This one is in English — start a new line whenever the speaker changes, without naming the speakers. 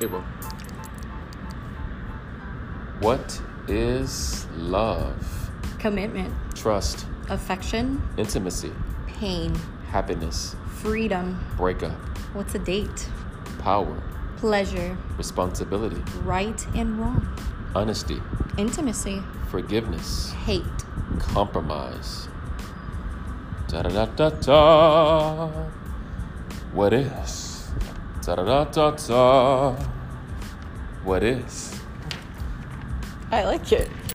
It will.
What is love?
commitment,
Trust,
affection,
intimacy,
pain,
happiness,
freedom.
breakup,
What's a date?
power,
Pleasure,
responsibility,
right and wrong,
honesty,
intimacy,
forgiveness,
hate.
compromise. Da da da da da. What is? Da da da da da. What is?
I like it.